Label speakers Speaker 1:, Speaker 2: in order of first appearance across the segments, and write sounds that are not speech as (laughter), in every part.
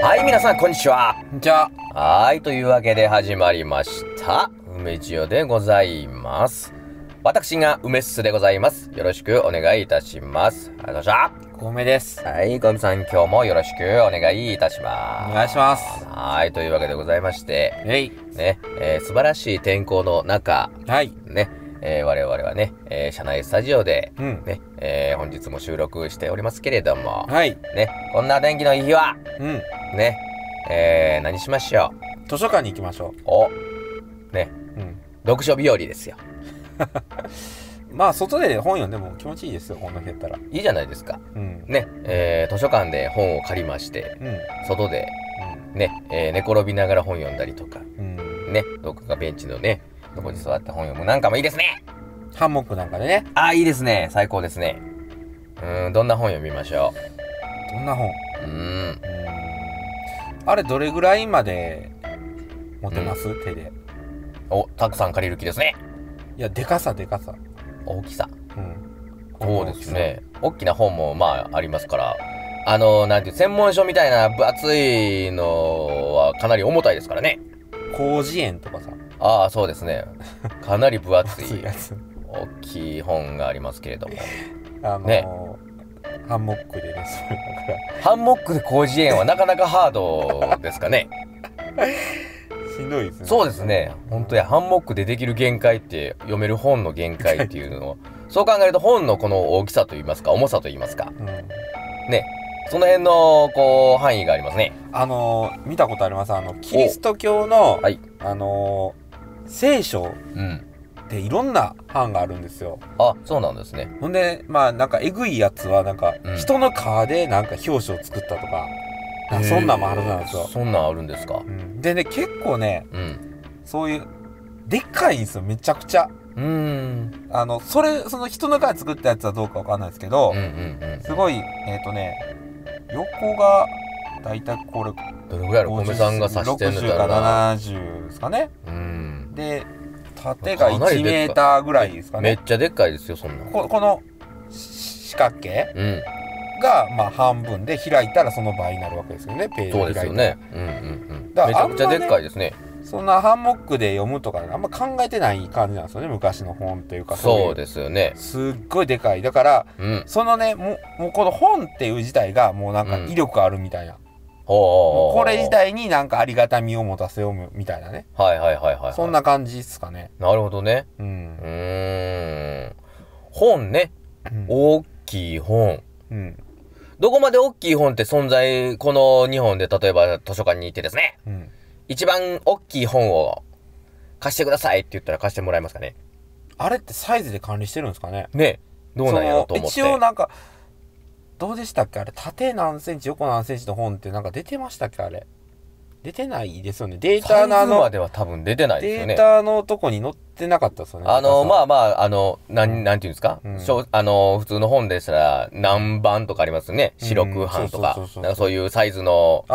Speaker 1: はい、皆さん、こんにちは。
Speaker 2: じゃあ、
Speaker 1: はい、というわけで始まりました。梅千代でございます。私が梅っすでございます。よろしくお願いいたします。ありがとうございまし
Speaker 2: 小梅です。
Speaker 1: た。はい、ごみさん、今日もよろしくお願いいたします。
Speaker 2: お願いします。
Speaker 1: はい、というわけでございまして、
Speaker 2: えい。
Speaker 1: ね、えー素晴らしい天候の中、
Speaker 2: はい。
Speaker 1: ね、えー我々はね、えー社内スタジオで、
Speaker 2: うん
Speaker 1: ね、えー本日も収録しておりますけれども、
Speaker 2: はい。
Speaker 1: ね、こんな天気のいい日は、
Speaker 2: うん。
Speaker 1: ね、えー何しましょ
Speaker 2: 図書館に行きましょ
Speaker 1: う。お、ね、
Speaker 2: う。うん。
Speaker 1: 読書日和ですよ。
Speaker 2: まあ、外で本読んでも気持ちいいですよ、こんな日やったら。
Speaker 1: いいじゃないですか。
Speaker 2: うん。
Speaker 1: ね、えー図書館で本を借りまして、
Speaker 2: うん。
Speaker 1: 外で、ね、えー寝転びながら本読んだりとか、
Speaker 2: うん。うん。
Speaker 1: ね、どこかベンチのね、どこに座って本読むなんかもいいですね。
Speaker 2: ハンモックなんかでね。
Speaker 1: ああ、いいですね。最高ですね。うーん、どんな本読みましょ
Speaker 2: どんな本う
Speaker 1: う。うーん。
Speaker 2: ーん。あれ、どれぐらいまで持てます、手で。
Speaker 1: お、たくさん借りる気ですね。
Speaker 2: いや、でかさ、でかさ。
Speaker 1: 大きさ。
Speaker 2: うん。
Speaker 1: そうですね。大きな本もまあありますから、あの、なんていう、専門書みたいな分厚いのはかなり重たいですからね。
Speaker 2: 広辞苑とかさ。
Speaker 1: ああ、そうです
Speaker 2: (laughs)
Speaker 1: ね。かなり分厚
Speaker 2: 熱い
Speaker 1: い
Speaker 2: や、つ。
Speaker 1: 大きい本がありますけれども。
Speaker 2: あのー
Speaker 1: ね
Speaker 2: ハンモックでね、そういうのから。
Speaker 1: ハンモックで広辞苑はなかなかハードですかね。
Speaker 2: しんどいですね。
Speaker 1: そうですね。本当や、ハンモックでできる限界って、読める本の限界っていうのを、そう考えると本のこの大きさといいますか、重さといいますか、
Speaker 2: うん。
Speaker 1: ね、その辺の、こう、範囲がありますね。
Speaker 2: あのー見たことありますあのキリスト教の、
Speaker 1: はい
Speaker 2: あのー聖書
Speaker 1: うん。
Speaker 2: っていろんな版があるんですよ
Speaker 1: あ、そうなんですね。
Speaker 2: ほんでまあなんかえぐいやつはなんか、
Speaker 1: うん
Speaker 2: 人の皮でなんか表紙を作ったとかなんかそんなんもあるなんです
Speaker 1: へー
Speaker 2: よ、
Speaker 1: そんなんあるんですか
Speaker 2: う。んでね結構ね
Speaker 1: うん。
Speaker 2: そういうでっかいんですよめちゃくちゃ
Speaker 1: うーん。
Speaker 2: あのそれその人の皮作ったやつはどうかわかんないですけど、
Speaker 1: うんうんうん。
Speaker 2: すごいえっ、とね横がだいたいこれ
Speaker 1: どれぐらいの米
Speaker 2: 50
Speaker 1: さんが刺してるんだ
Speaker 2: 60
Speaker 1: ろうな。
Speaker 2: か70ですかね
Speaker 1: うん。
Speaker 2: で縦が
Speaker 1: かなり
Speaker 2: 1
Speaker 1: でっか
Speaker 2: メ
Speaker 1: い
Speaker 2: ーターぐらいですか
Speaker 1: め
Speaker 2: ね
Speaker 1: っちゃでっかいですよ、そんなん。
Speaker 2: ここのし四角形
Speaker 1: うん。
Speaker 2: がまあ半分で開いたらその倍になるわけですよねページ
Speaker 1: そ
Speaker 2: を
Speaker 1: う
Speaker 2: 開
Speaker 1: で
Speaker 2: いた
Speaker 1: す
Speaker 2: ら
Speaker 1: よね。うんうんうん。めち
Speaker 2: だから
Speaker 1: ゃくちゃでっかいですね。
Speaker 2: そんなハンモックで読むとかあんま考えてない感じなんですよね昔の本というか
Speaker 1: そう
Speaker 2: で
Speaker 1: ですよね。
Speaker 2: すっごいでかいだから
Speaker 1: うん。
Speaker 2: そのねもうもうこの本っていう自体がもうなんか
Speaker 1: うん
Speaker 2: 威力あるみたいな、も
Speaker 1: ほ
Speaker 2: うこれ自。体になんかありがたみを持たせようみたいなね
Speaker 1: はいはいはいはいはい。
Speaker 2: そん。な感じですかね
Speaker 1: なるほどね。
Speaker 2: う、
Speaker 1: うんーん。本ね。
Speaker 2: うん
Speaker 1: 大きい本。
Speaker 2: うん
Speaker 1: どこまで大きい本って存在、この日本で例えば図書館に行ってですね。
Speaker 2: うん、
Speaker 1: 一番大きい本を貸してくださいって言ったら貸してもらえますかね
Speaker 2: あれってサイズで管理してるんですかね
Speaker 1: ねどうなんやろうと思って。
Speaker 2: その一応なんかどうでしたっけあれ縦何センチ横何センチの本ってなんか出てましたっけあれ出てないですよねデー
Speaker 1: サ
Speaker 2: タ
Speaker 1: イズ
Speaker 2: のあ
Speaker 1: ま
Speaker 2: の
Speaker 1: では多分出てないです
Speaker 2: デ
Speaker 1: よ
Speaker 2: ー
Speaker 1: ね。
Speaker 2: タのとこに載ってなかったですよね
Speaker 1: あの、ま
Speaker 2: あ
Speaker 1: あまあ、あの、なん、なんていうんですか、
Speaker 2: うん
Speaker 1: 小あの、普通の本でしたら、何番とかありますよね。四六版とか
Speaker 2: うんそうそうそう。そう
Speaker 1: なんかそういうサイズの、
Speaker 2: あ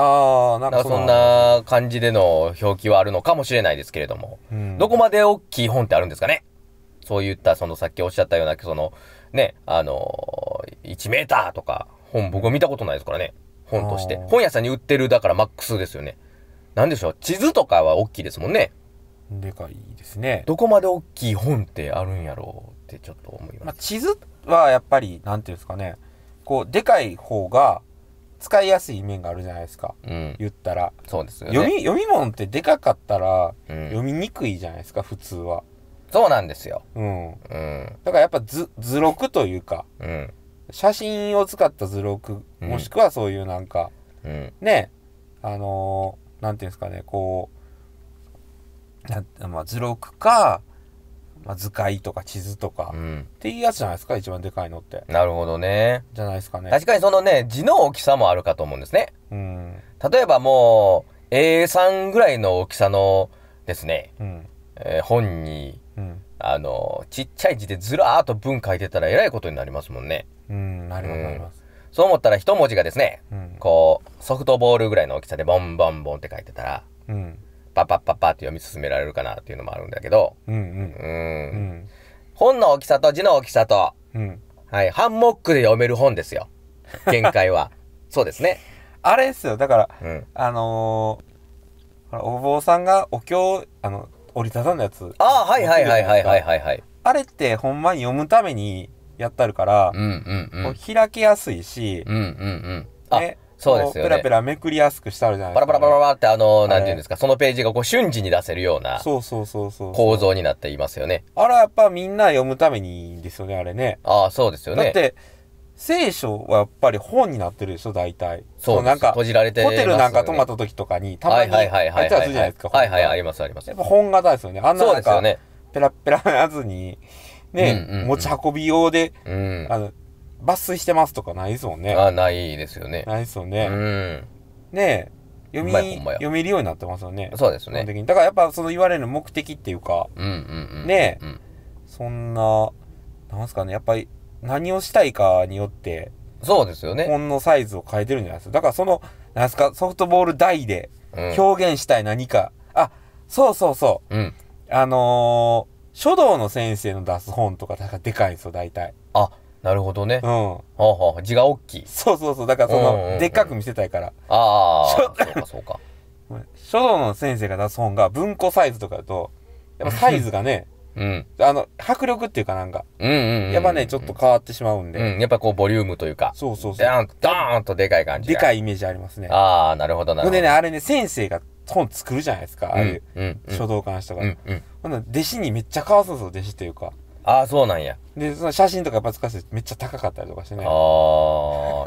Speaker 2: ーなん
Speaker 1: なんか
Speaker 2: か
Speaker 1: そん
Speaker 2: の
Speaker 1: な感じでの表記はあるのかもしれないですけれども。
Speaker 2: うん
Speaker 1: どこまで大きい本ってあるんですかねそういった、そのさっきおっしゃったような、その、ね、あのー、1メーターとか、本僕は見たことないですからね。本として
Speaker 2: あ。ー
Speaker 1: 本屋さんに売ってる、だからマックスですよね。なんでしょう、地図とかは大きいですもんね。
Speaker 2: でかいですね
Speaker 1: どこまで大きい本ってあるんやろうってちょっと思い
Speaker 2: ま
Speaker 1: ま
Speaker 2: あ
Speaker 1: す。
Speaker 2: 地図はやっぱりなんていうんですかねこうでかい方が使いやすい面があるじゃないですか
Speaker 1: うん。
Speaker 2: 言ったら、
Speaker 1: そうですよね。
Speaker 2: 読み読み物ってでかかったら
Speaker 1: うん、
Speaker 2: 読みにくいじゃないですか普通は
Speaker 1: そうなんですよ。
Speaker 2: うん
Speaker 1: うん。
Speaker 2: だからやっぱ図図録というか
Speaker 1: うん。
Speaker 2: 写真を使った図録
Speaker 1: うん
Speaker 2: もしくはそういうなんか、
Speaker 1: うん。
Speaker 2: ねあのーなんていうんですかねこうなまあ、図録か、まあ、図解とか地図とか、
Speaker 1: う
Speaker 2: っ
Speaker 1: ん。
Speaker 2: ていうやつじゃないですか一番でかいのって
Speaker 1: なるほどね。
Speaker 2: じゃないですかね。
Speaker 1: 確かにそのね、字の大きさもあるかと思うんですね。
Speaker 2: うん
Speaker 1: 例えばもう A3 ぐらいの大きさのですね、
Speaker 2: うん
Speaker 1: えー本に
Speaker 2: うん
Speaker 1: あのちっちゃい字でずらーっと文書いてたらえらいことになりますもんね
Speaker 2: うんなります
Speaker 1: うん
Speaker 2: なります。
Speaker 1: そう思ったら一文字がですね
Speaker 2: うん
Speaker 1: こうソフトボールぐらいの大きさでボンボンボンって書いてたら
Speaker 2: うん
Speaker 1: パッパッパッパって読み進められるかなっていうのもあるんだけど
Speaker 2: うんう
Speaker 1: うんーん
Speaker 2: うんうん
Speaker 1: 本の大きさと字の大きさと
Speaker 2: うん (laughs)
Speaker 1: はいハンモックで読める本ですよ限界はそうですね。
Speaker 2: あれですよ、だから、
Speaker 1: うん。
Speaker 2: あのーほらお坊さんがお経、あの、折りたたんだやつ。
Speaker 1: ああ、はいはいはいはいはい
Speaker 2: い。
Speaker 1: はいはい。
Speaker 2: あれってほんまに読むためにやったるから
Speaker 1: う、んうんうん。う
Speaker 2: こ
Speaker 1: ん
Speaker 2: う開けやすいし、
Speaker 1: うんうん。あ、
Speaker 2: ね
Speaker 1: そうです
Speaker 2: こ
Speaker 1: よ
Speaker 2: ペラペ
Speaker 1: ね。
Speaker 2: ラめくりやすくしてあるじゃない
Speaker 1: パラパラパラパラってあの、
Speaker 2: れ
Speaker 1: なんていうんですか、そのページがこう瞬時に出せるような
Speaker 2: そうそうそうそう。
Speaker 1: 構造になっていますよね。
Speaker 2: あれはやっぱみんな読むためにですよね、あれね。
Speaker 1: ああ、そうですよ
Speaker 2: だっ
Speaker 1: ね。
Speaker 2: て、聖書はやっぱり本になってるでしょ、大体。
Speaker 1: そうです
Speaker 2: なんか、
Speaker 1: 閉じられて
Speaker 2: ホテルなんか泊まっ
Speaker 1: と
Speaker 2: た時とかに、た
Speaker 1: は
Speaker 2: ま
Speaker 1: い
Speaker 2: に、
Speaker 1: はいはいは
Speaker 2: や
Speaker 1: い
Speaker 2: つあ
Speaker 1: は
Speaker 2: る
Speaker 1: い
Speaker 2: じゃないですか。
Speaker 1: はいはい、あ
Speaker 2: 本
Speaker 1: りますあります
Speaker 2: やっ。ぱ本型ですよね。あんな
Speaker 1: そうで
Speaker 2: なん
Speaker 1: すよ
Speaker 2: か、
Speaker 1: ね。
Speaker 2: ペラッペラなやつに、ね、
Speaker 1: うんうんうん
Speaker 2: 持ち運び用で、
Speaker 1: うん。
Speaker 2: あの、抜粋してますとかないですもんね。
Speaker 1: あないですよね。
Speaker 2: ないですよ
Speaker 1: う
Speaker 2: ね。
Speaker 1: ん。
Speaker 2: ね読
Speaker 1: ほん
Speaker 2: み、
Speaker 1: まやほんまや
Speaker 2: 読めるようになってますよね。
Speaker 1: そうです
Speaker 2: 基本
Speaker 1: ね。
Speaker 2: 的に。だからやっぱその言われる目的っていうか、
Speaker 1: うんうんうん。
Speaker 2: ね
Speaker 1: うん
Speaker 2: そんな、なんすかね、やっぱり何をしたいかによって、
Speaker 1: そうですよね。
Speaker 2: 本のサイズを変えてるんじゃないですか。だからその、なんすか、ソフトボール台で
Speaker 1: うん
Speaker 2: 表現したい何か。あ、そうそうそ
Speaker 1: うん。
Speaker 2: う。あのー書道の先生の出す本とか、だからでかいんですよ、大体。
Speaker 1: あ、なるほどね。
Speaker 2: うん。
Speaker 1: はあはあ、字が大きい。
Speaker 2: そうそうそう。だからそ
Speaker 1: うんうんう
Speaker 2: の、
Speaker 1: ん
Speaker 2: でっかく見せたいから。
Speaker 1: ああ、
Speaker 2: ち
Speaker 1: そ
Speaker 2: ょ
Speaker 1: うかそうか。
Speaker 2: 書道の先生が出す本が文庫サイズとかだと、やっぱサイズがね、
Speaker 1: うん。
Speaker 2: あの、迫力っていうかなんか、
Speaker 1: うんうん、うん。
Speaker 2: やっぱね、ちょっと変わってしまうんで、
Speaker 1: うん、やっぱこうボリュームというか、
Speaker 2: そうそうそ
Speaker 1: ダー
Speaker 2: う。
Speaker 1: ン、ダーンとでかい感じ
Speaker 2: で
Speaker 1: が。
Speaker 2: か
Speaker 1: い。
Speaker 2: いイメージありますね。
Speaker 1: ああ、なるほどなる
Speaker 2: ほ
Speaker 1: ほ
Speaker 2: ん
Speaker 1: ど。
Speaker 2: でね、あれね、先生が本作るじゃないですか、ああいう
Speaker 1: うん、うん、うん。
Speaker 2: 書道家の人が。
Speaker 1: うん、うん。
Speaker 2: ほんなら弟子にめっちゃ買わすんですよ、弟子っていうか。
Speaker 1: ああ、そうなんや。
Speaker 2: で、その写真とかやっぱ使わせてめっちゃ高かったりとかしてね。
Speaker 1: ああ、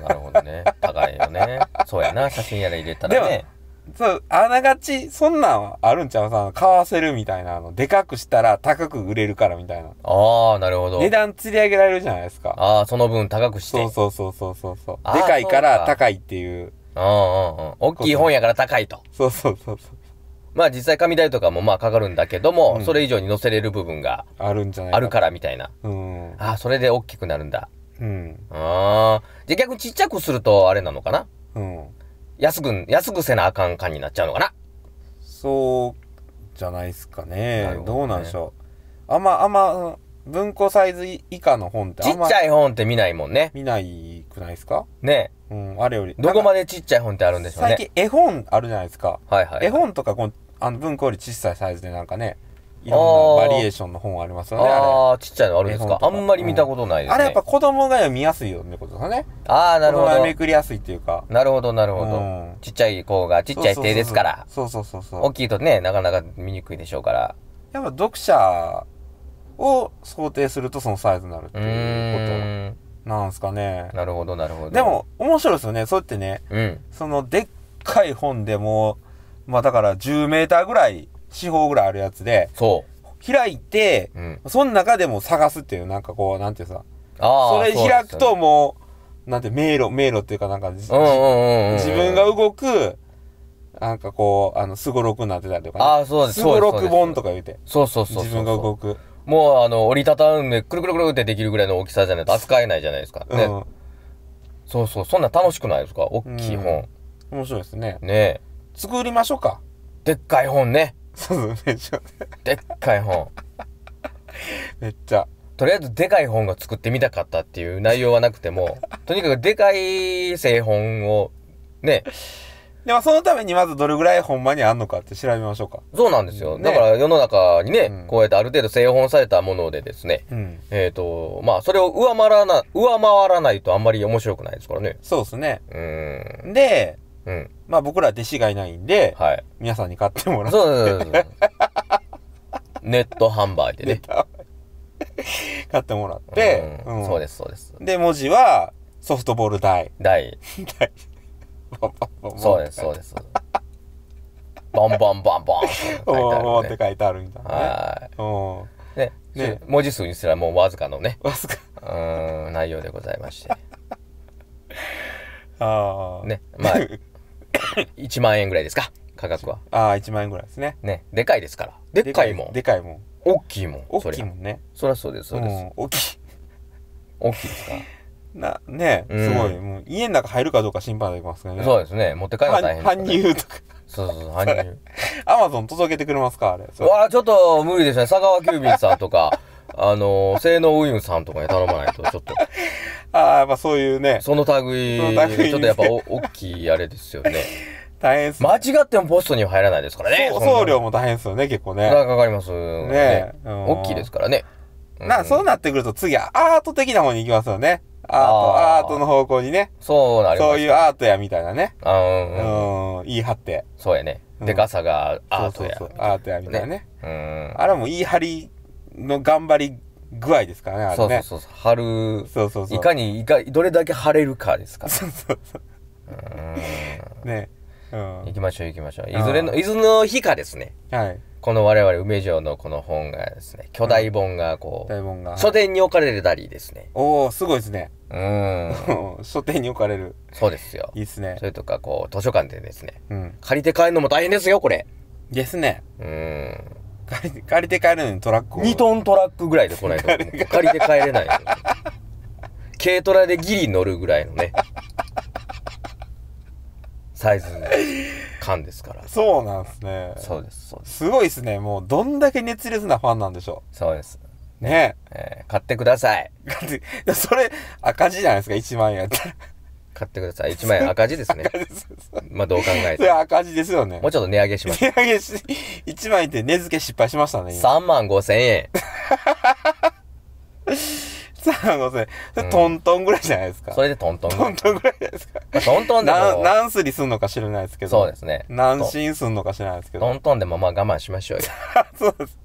Speaker 1: なるほどね。高いよね。そうやな、写真やら入れたらね。
Speaker 2: そう、あながち、そんなんはあるんちゃうさ、買わせるみたいな、あの、でかくしたら高く売れるからみたいな。
Speaker 1: ああ、なるほど。
Speaker 2: 値段釣り上げられるじゃないですか。
Speaker 1: ああ、その分高くして。
Speaker 2: そうそうそうそうそうそう。
Speaker 1: あー
Speaker 2: でかいか
Speaker 1: そ
Speaker 2: ら
Speaker 1: うか
Speaker 2: 高いっていう。
Speaker 1: うんうんうん。大きい本やから高いと。
Speaker 2: そうそうそうそう。
Speaker 1: まあ実際紙代とかもまあかかるんだけども、
Speaker 2: うん
Speaker 1: それ以上に載せれる部分が
Speaker 2: あるんじゃない。
Speaker 1: あるかららみたいな。
Speaker 2: うん。
Speaker 1: ああ、それで大きくなるんだ。
Speaker 2: うん。
Speaker 1: ああ。じゃあ逆にちっちゃくするとあれなのかな
Speaker 2: うん。
Speaker 1: 安くん、安くせなあかん感になっちゃうのかな
Speaker 2: そうじゃないですか
Speaker 1: な
Speaker 2: ね。
Speaker 1: るほど
Speaker 2: ど
Speaker 1: ね
Speaker 2: うなんでしょう。あんま、あんま、その文庫サイズ以下の本って
Speaker 1: ち
Speaker 2: あ
Speaker 1: っ
Speaker 2: んま
Speaker 1: ちゃい本って見ないもんね。
Speaker 2: 見ないくないですか
Speaker 1: ね
Speaker 2: うん、あれより。
Speaker 1: えどこ
Speaker 2: なんか
Speaker 1: までちっちゃい本ってあるんでしょう
Speaker 2: 最
Speaker 1: ね。
Speaker 2: 近絵本あるじゃないですか。
Speaker 1: はいはい。
Speaker 2: 絵本とかこの、あの文庫より小さいサイズでなんかね、いろんなバリエーションの本ありますよね、あ
Speaker 1: ああ、ちっちゃいのあるんです
Speaker 2: 絵
Speaker 1: か
Speaker 2: 本と
Speaker 1: あ
Speaker 2: か
Speaker 1: んまり見たことない
Speaker 2: れ。
Speaker 1: ですね。
Speaker 2: あれやっぱ子供が読みやすいよってことですよね。
Speaker 1: ああ、なるほ
Speaker 2: 子供がめ
Speaker 1: ど。
Speaker 2: くりやすいっていうか。
Speaker 1: なるほど、なるほ
Speaker 2: う
Speaker 1: ど。
Speaker 2: ん
Speaker 1: ちっちゃい子がちっちゃい手ですから。
Speaker 2: そうそうそうそう。
Speaker 1: 大きいとね、なかなか見にくいでしょうから。
Speaker 2: やっぱ読者を想定するとそのサイズになるって
Speaker 1: う
Speaker 2: いう
Speaker 1: ーん。
Speaker 2: ことなんですかね。
Speaker 1: なるほど、なるほど。
Speaker 2: で、も、面白いですよね。そうやってね、
Speaker 1: うん。
Speaker 2: そのでっかい本でもう、まあだから10メーターぐらい、四方ぐらいあるやつで、
Speaker 1: そ
Speaker 2: 開いて、
Speaker 1: う。うん。
Speaker 2: その中でも探すっていう、なんかこう、なんていうさ、
Speaker 1: あ
Speaker 2: そ
Speaker 1: あ。
Speaker 2: れ
Speaker 1: うですよ
Speaker 2: 開
Speaker 1: ね
Speaker 2: くと、もう、なんて迷路、迷路っていうかなんかじ、
Speaker 1: うんうんうんうん。
Speaker 2: 自分が動く、なんかこう、あの、すごろくになってたりとか、
Speaker 1: ああそうです
Speaker 2: すごろ
Speaker 1: そうですそうです
Speaker 2: く本とか言うて、
Speaker 1: そうそうそうそう。
Speaker 2: 自分が動く。
Speaker 1: もうあの、折りたたんで、くるくるくるってできるぐらいの大きさじゃないと扱えないじゃないですか。
Speaker 2: う
Speaker 1: ね。
Speaker 2: ん。
Speaker 1: そうそう、そんなん楽しくないですか大きい本。
Speaker 2: 面白いですね。
Speaker 1: ねえ。
Speaker 2: 作りましょうか。
Speaker 1: でっかい本ね。
Speaker 2: そうそう、めっちゃ、
Speaker 1: でっかい本。
Speaker 2: めっちゃ。
Speaker 1: とりあえずでかい本が作ってみたかったっていう内容はなくて
Speaker 2: (laughs)
Speaker 1: も、とにかくでかい製本を、ね、
Speaker 2: でもそのためにまずどれぐらいほんまにあんのかって調べましょうか。
Speaker 1: そうなんですよ。
Speaker 2: ね
Speaker 1: だから世の中にね、
Speaker 2: うん
Speaker 1: こうやってある程度製本されたものでですね、
Speaker 2: うん。
Speaker 1: えっ、と、まあ、それを上回らな、上回らないとあんまり面白くないですからね。
Speaker 2: そうですね。
Speaker 1: うーん。
Speaker 2: で、
Speaker 1: うん。
Speaker 2: まあ僕ら弟子がいないんで、
Speaker 1: はい。
Speaker 2: 皆さんに買ってもらう。
Speaker 1: そうそうそうそう。ネット販売でね。
Speaker 2: 買ってもらって、。
Speaker 1: うんそうですす、そうです。
Speaker 2: で、文字はソフトボール台。
Speaker 1: 第、
Speaker 2: ボンボンボンボン
Speaker 1: そうです、そうです。バンバンバンバンって
Speaker 2: ボンボン
Speaker 1: 書
Speaker 2: ボンっ
Speaker 1: い
Speaker 2: て
Speaker 1: て
Speaker 2: 書いてあるみたいなね。
Speaker 1: あるね。
Speaker 2: うん。
Speaker 1: はい。ね
Speaker 2: ね、
Speaker 1: 文字数にすらもうわずかのね、
Speaker 2: わずか。
Speaker 1: うーん、内容でございま
Speaker 2: (laughs)
Speaker 1: して。
Speaker 2: ああ。
Speaker 1: ね、まあ、1万円ぐらいですか、価格は。
Speaker 2: ああ、1万円ぐらいですね。
Speaker 1: ね、でかいですから。でっかいもん。
Speaker 2: でかいもん。
Speaker 1: 大きいもん。
Speaker 2: 大きいも
Speaker 1: ん。
Speaker 2: んね。
Speaker 1: そりゃそうです、そうです。
Speaker 2: ん大きい。
Speaker 1: 大きいですか
Speaker 2: な、ね、
Speaker 1: うん
Speaker 2: すごい。もう家の中入るかどうか心配できますけど
Speaker 1: ら。
Speaker 2: ね。
Speaker 1: そうですね、持って帰るのは大変で
Speaker 2: 搬
Speaker 1: すから
Speaker 2: 搬
Speaker 1: ね。
Speaker 2: 入とか。 (laughs)
Speaker 1: そうそうそう、搬入。
Speaker 2: アマゾン届けてくれますかあれ。それ
Speaker 1: わあ、ちょっと無理ですね。
Speaker 2: (laughs)
Speaker 1: 佐川急便さんとか、あのー、性能運輸さんとかに頼まないと、ちょっと。
Speaker 2: ああ、やっぱそういうね、
Speaker 1: その類、
Speaker 2: その類
Speaker 1: ちょっとやっぱお大きいあれですよね。
Speaker 2: 大変っすね。
Speaker 1: 間違ってもポストには入らないですからね。
Speaker 2: そう
Speaker 1: そんな
Speaker 2: 送料も大変ですよね、結構ね。
Speaker 1: お金かかります。
Speaker 2: ねえうん
Speaker 1: 大きいですからね。うん
Speaker 2: な、そうなってくると次はアート的な方に行きますよね。アート、
Speaker 1: あー
Speaker 2: アートの方向にね。
Speaker 1: そうなります。
Speaker 2: そういうアートやみたいなね。
Speaker 1: あー
Speaker 2: う
Speaker 1: うん、
Speaker 2: ん、言い張って。
Speaker 1: そうやね。
Speaker 2: うん
Speaker 1: でかさがアートや。
Speaker 2: そうそうそうアートやみたいなね。
Speaker 1: うん。
Speaker 2: あれはもう言い張りの頑張り具合ですからね、あ
Speaker 1: そ
Speaker 2: れ
Speaker 1: うそうそ
Speaker 2: ね。
Speaker 1: うそう。貼る、
Speaker 2: そうそうそう。
Speaker 1: いかに、いか、どれだけ貼れるかですから。
Speaker 2: そうそうそ
Speaker 1: うん
Speaker 2: う。ね。うん。は
Speaker 1: 行
Speaker 2: い
Speaker 1: きましょう行きましょう。いずれの、いずれの日かですね。。この我々梅城のこの本がですね、巨大本がこ
Speaker 2: 大本が
Speaker 1: う、。書店に置かれてたりですね。
Speaker 2: おー、すごいですね。 (laughs)
Speaker 1: うん。
Speaker 2: 書店に置かれる。
Speaker 1: そうですよ
Speaker 2: い。いっすね
Speaker 1: そ。れとか、こう、図書館でですね、
Speaker 2: うん。
Speaker 1: 借りて帰るのも大変ですよ、これ。
Speaker 2: ですね。
Speaker 1: うん。
Speaker 2: 借りて、借りて帰るのにトラックを。
Speaker 1: 2トントラックぐらいで来ないと、 (laughs) 借りて帰れない。軽トラでギリ乗るぐらいのね、サイズ感ですから。
Speaker 2: そうなんですね。
Speaker 1: そうです、そうです。
Speaker 2: すごいですね。もうどんだけ熱烈なファンなんでしょ
Speaker 1: そうです。
Speaker 2: う。ね (laughs)
Speaker 1: えー買ってください。
Speaker 2: え。だってそれ赤字じゃないですか、1万円やったら。
Speaker 1: 買ってください。1万円赤字です (laughs) ね。
Speaker 2: 赤字です
Speaker 1: まあ、どう考え
Speaker 2: それ
Speaker 1: ても。
Speaker 2: 赤字ですよね
Speaker 1: もう。ちょっと値上げします。
Speaker 2: 値上げし、1万円って値付け失敗しましたね、今。
Speaker 1: 3万5千円。うん
Speaker 2: 3万5千それトントンぐらいじゃないですか。
Speaker 1: それでトントンぐら
Speaker 2: ト
Speaker 1: い
Speaker 2: ン。トンぐらいじゃないですか。
Speaker 1: まあトントンで
Speaker 2: 何、
Speaker 1: も、
Speaker 2: 何すりすんのか知らないですけど。
Speaker 1: そうですね。
Speaker 2: 何進すんのか知らないですけ
Speaker 1: ト
Speaker 2: ど。
Speaker 1: ントンでもまあ我慢しましょうよ。
Speaker 2: (laughs) そうです。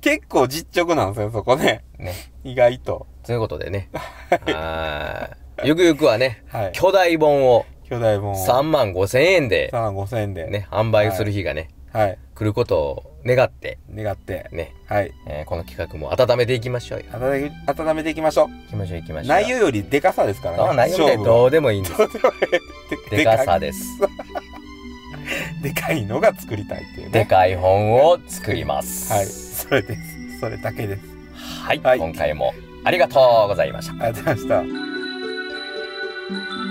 Speaker 2: 結構実直なんですよ、そこね。 (laughs)
Speaker 1: ね。
Speaker 2: 意外と。
Speaker 1: ということで
Speaker 2: (laughs)
Speaker 1: ね。はい。ゆくゆくはね、
Speaker 2: はい。
Speaker 1: 巨大本を
Speaker 2: 巨大本を。
Speaker 1: 3万5千円で
Speaker 2: 3、万5千円で。
Speaker 1: ね、販売する日がね、
Speaker 2: はい。
Speaker 1: 来ることを願って、
Speaker 2: 願って。
Speaker 1: ね、
Speaker 2: はい。
Speaker 1: えーこの企画も温めていきましょうよ。
Speaker 2: 温め温めていきましょう。
Speaker 1: 行きましょう行きましょう。
Speaker 2: 内容よりでかさですから
Speaker 1: あ
Speaker 2: ね。
Speaker 1: 内容で
Speaker 2: 勝負は
Speaker 1: どうでもいいんです。
Speaker 2: (laughs)
Speaker 1: でかさです。
Speaker 2: でかいのが作りたいっていうね。
Speaker 1: でかい本を作ります。
Speaker 2: はい。それです。それだけです。
Speaker 1: はい、
Speaker 2: はい
Speaker 1: 今回もありがとうございました。
Speaker 2: ありがとうございました。